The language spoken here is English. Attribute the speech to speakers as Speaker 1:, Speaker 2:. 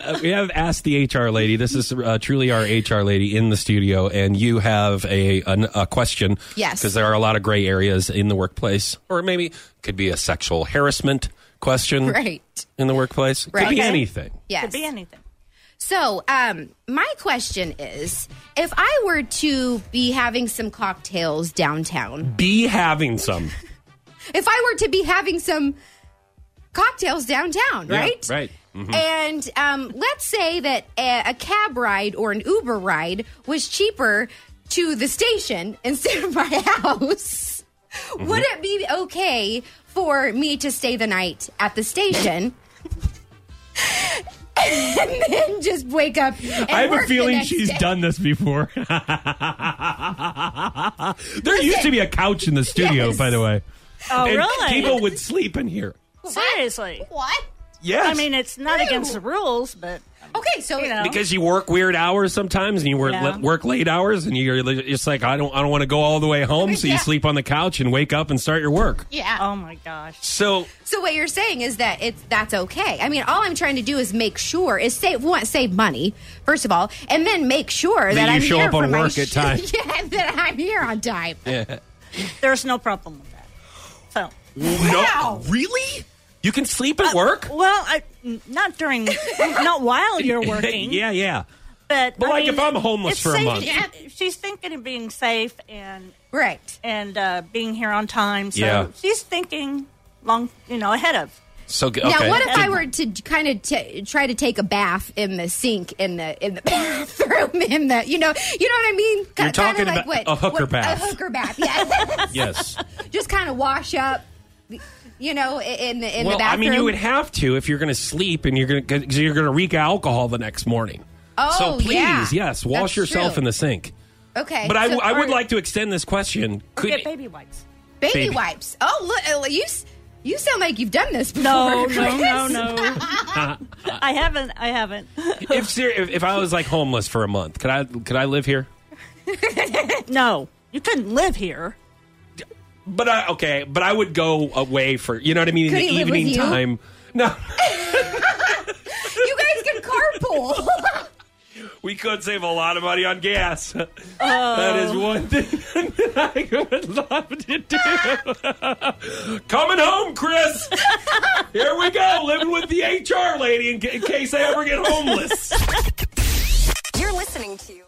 Speaker 1: uh, we have asked the HR lady. This is uh, truly our HR lady in the studio, and you have a an, a question.
Speaker 2: Yes.
Speaker 1: because there are a lot of gray areas in the workplace, or maybe could be a sexual harassment question.
Speaker 2: Right.
Speaker 1: in the workplace,
Speaker 2: Right.
Speaker 1: could be
Speaker 2: Okay.
Speaker 1: anything.
Speaker 2: Yes.
Speaker 3: Could be anything.
Speaker 2: So, um, my question is if I were to be having some cocktails downtown,
Speaker 1: Be having some.
Speaker 2: if I were to be having some cocktails downtown,
Speaker 1: Yeah,
Speaker 2: right?
Speaker 1: right.
Speaker 4: Mm-hmm.
Speaker 2: And um, let's say that a, a cab ride or an Uber ride was cheaper to the station instead of my house.
Speaker 4: Mm-hmm.
Speaker 2: Would it be okay for me to stay the night at the station? and then just wake up. and
Speaker 4: I have a
Speaker 2: work the
Speaker 4: feeling
Speaker 2: next
Speaker 4: she's
Speaker 2: day?
Speaker 4: done this before.
Speaker 1: There used to be a couch in the studio,
Speaker 2: Yes.
Speaker 1: by the way.
Speaker 3: Oh,
Speaker 1: and
Speaker 3: really?
Speaker 1: People would sleep in here.
Speaker 3: Seriously.
Speaker 2: What?
Speaker 1: Yes.
Speaker 3: I mean, it's not against the rules, but
Speaker 2: Okay, so
Speaker 3: you know.
Speaker 1: because you work weird hours sometimes and you work,
Speaker 3: Yeah.
Speaker 1: work late hours and you're li- just like I don't I don't want to go all the way home so you
Speaker 2: Yeah.
Speaker 1: sleep on the couch and wake up and start your work.
Speaker 2: yeah.
Speaker 3: oh my gosh.
Speaker 1: So
Speaker 2: So what you're saying is that it's that's okay. I mean, all I'm trying to do is make sure is save one save money first of all, and then make sure that,
Speaker 1: you
Speaker 2: I'm
Speaker 1: show
Speaker 2: here
Speaker 1: up on
Speaker 2: for my
Speaker 1: work at
Speaker 2: sh-
Speaker 1: time.
Speaker 2: yeah, that I'm here on time.
Speaker 3: There's no problem with that. So,
Speaker 2: Wow. Uh,
Speaker 1: no really? You can sleep at work?
Speaker 3: well, I, n- not during, not while you're working.
Speaker 1: yeah, yeah.
Speaker 3: But,
Speaker 1: But
Speaker 3: I
Speaker 1: like
Speaker 3: mean,
Speaker 1: if I'm homeless
Speaker 3: it's
Speaker 1: for a
Speaker 3: safe-
Speaker 1: month.
Speaker 3: yeah, she's thinking of being safe and
Speaker 2: Right.
Speaker 3: and uh, being here on time. So
Speaker 1: Yeah.
Speaker 3: she's thinking long, you know, ahead of.
Speaker 1: So okay.
Speaker 2: Now, what if I were to kind of t- try to take a bath in the sink in the in the bathroom in the you know you know what I mean? Ki-
Speaker 1: You're talking
Speaker 2: kinda
Speaker 1: about a hooker
Speaker 2: what-
Speaker 1: bath.
Speaker 2: A hooker bath. Yeah.
Speaker 1: Yes.
Speaker 2: Just kind of wash up, you know, i- in the in
Speaker 1: well,
Speaker 2: the bathroom.
Speaker 1: I mean, you would have to if you're going to sleep and you're going to you're going to reek alcohol the next morning.
Speaker 2: Oh,
Speaker 1: so please,
Speaker 2: yeah.
Speaker 1: yes, wash
Speaker 2: That's
Speaker 1: yourself
Speaker 2: true.
Speaker 1: in the sink.
Speaker 2: okay.
Speaker 1: But I,
Speaker 2: so
Speaker 1: I would
Speaker 2: are-
Speaker 1: like to extend this question. Could
Speaker 3: Get baby wipes.
Speaker 2: baby,
Speaker 1: Baby.
Speaker 2: wipes. Oh, look, you s- you sound like you've done this before.
Speaker 3: No, no,
Speaker 2: Chris.
Speaker 3: no, no. I haven't. I haven't.
Speaker 1: if, ser- if if I was like homeless for a month, could I could I live here?
Speaker 3: No, you couldn't live here.
Speaker 1: But I okay, but I would go away for you know what I mean
Speaker 2: Could
Speaker 1: in the
Speaker 2: he live with
Speaker 1: evening
Speaker 2: you?
Speaker 1: time. No,
Speaker 2: You guys can carpool.
Speaker 1: we could save a lot of money on gas.
Speaker 2: Oh.
Speaker 1: That is one thing that I would love to do. Coming home, Chris. Here we go, living with the HR lady in, ca- in case I ever get homeless.
Speaker 5: You're listening to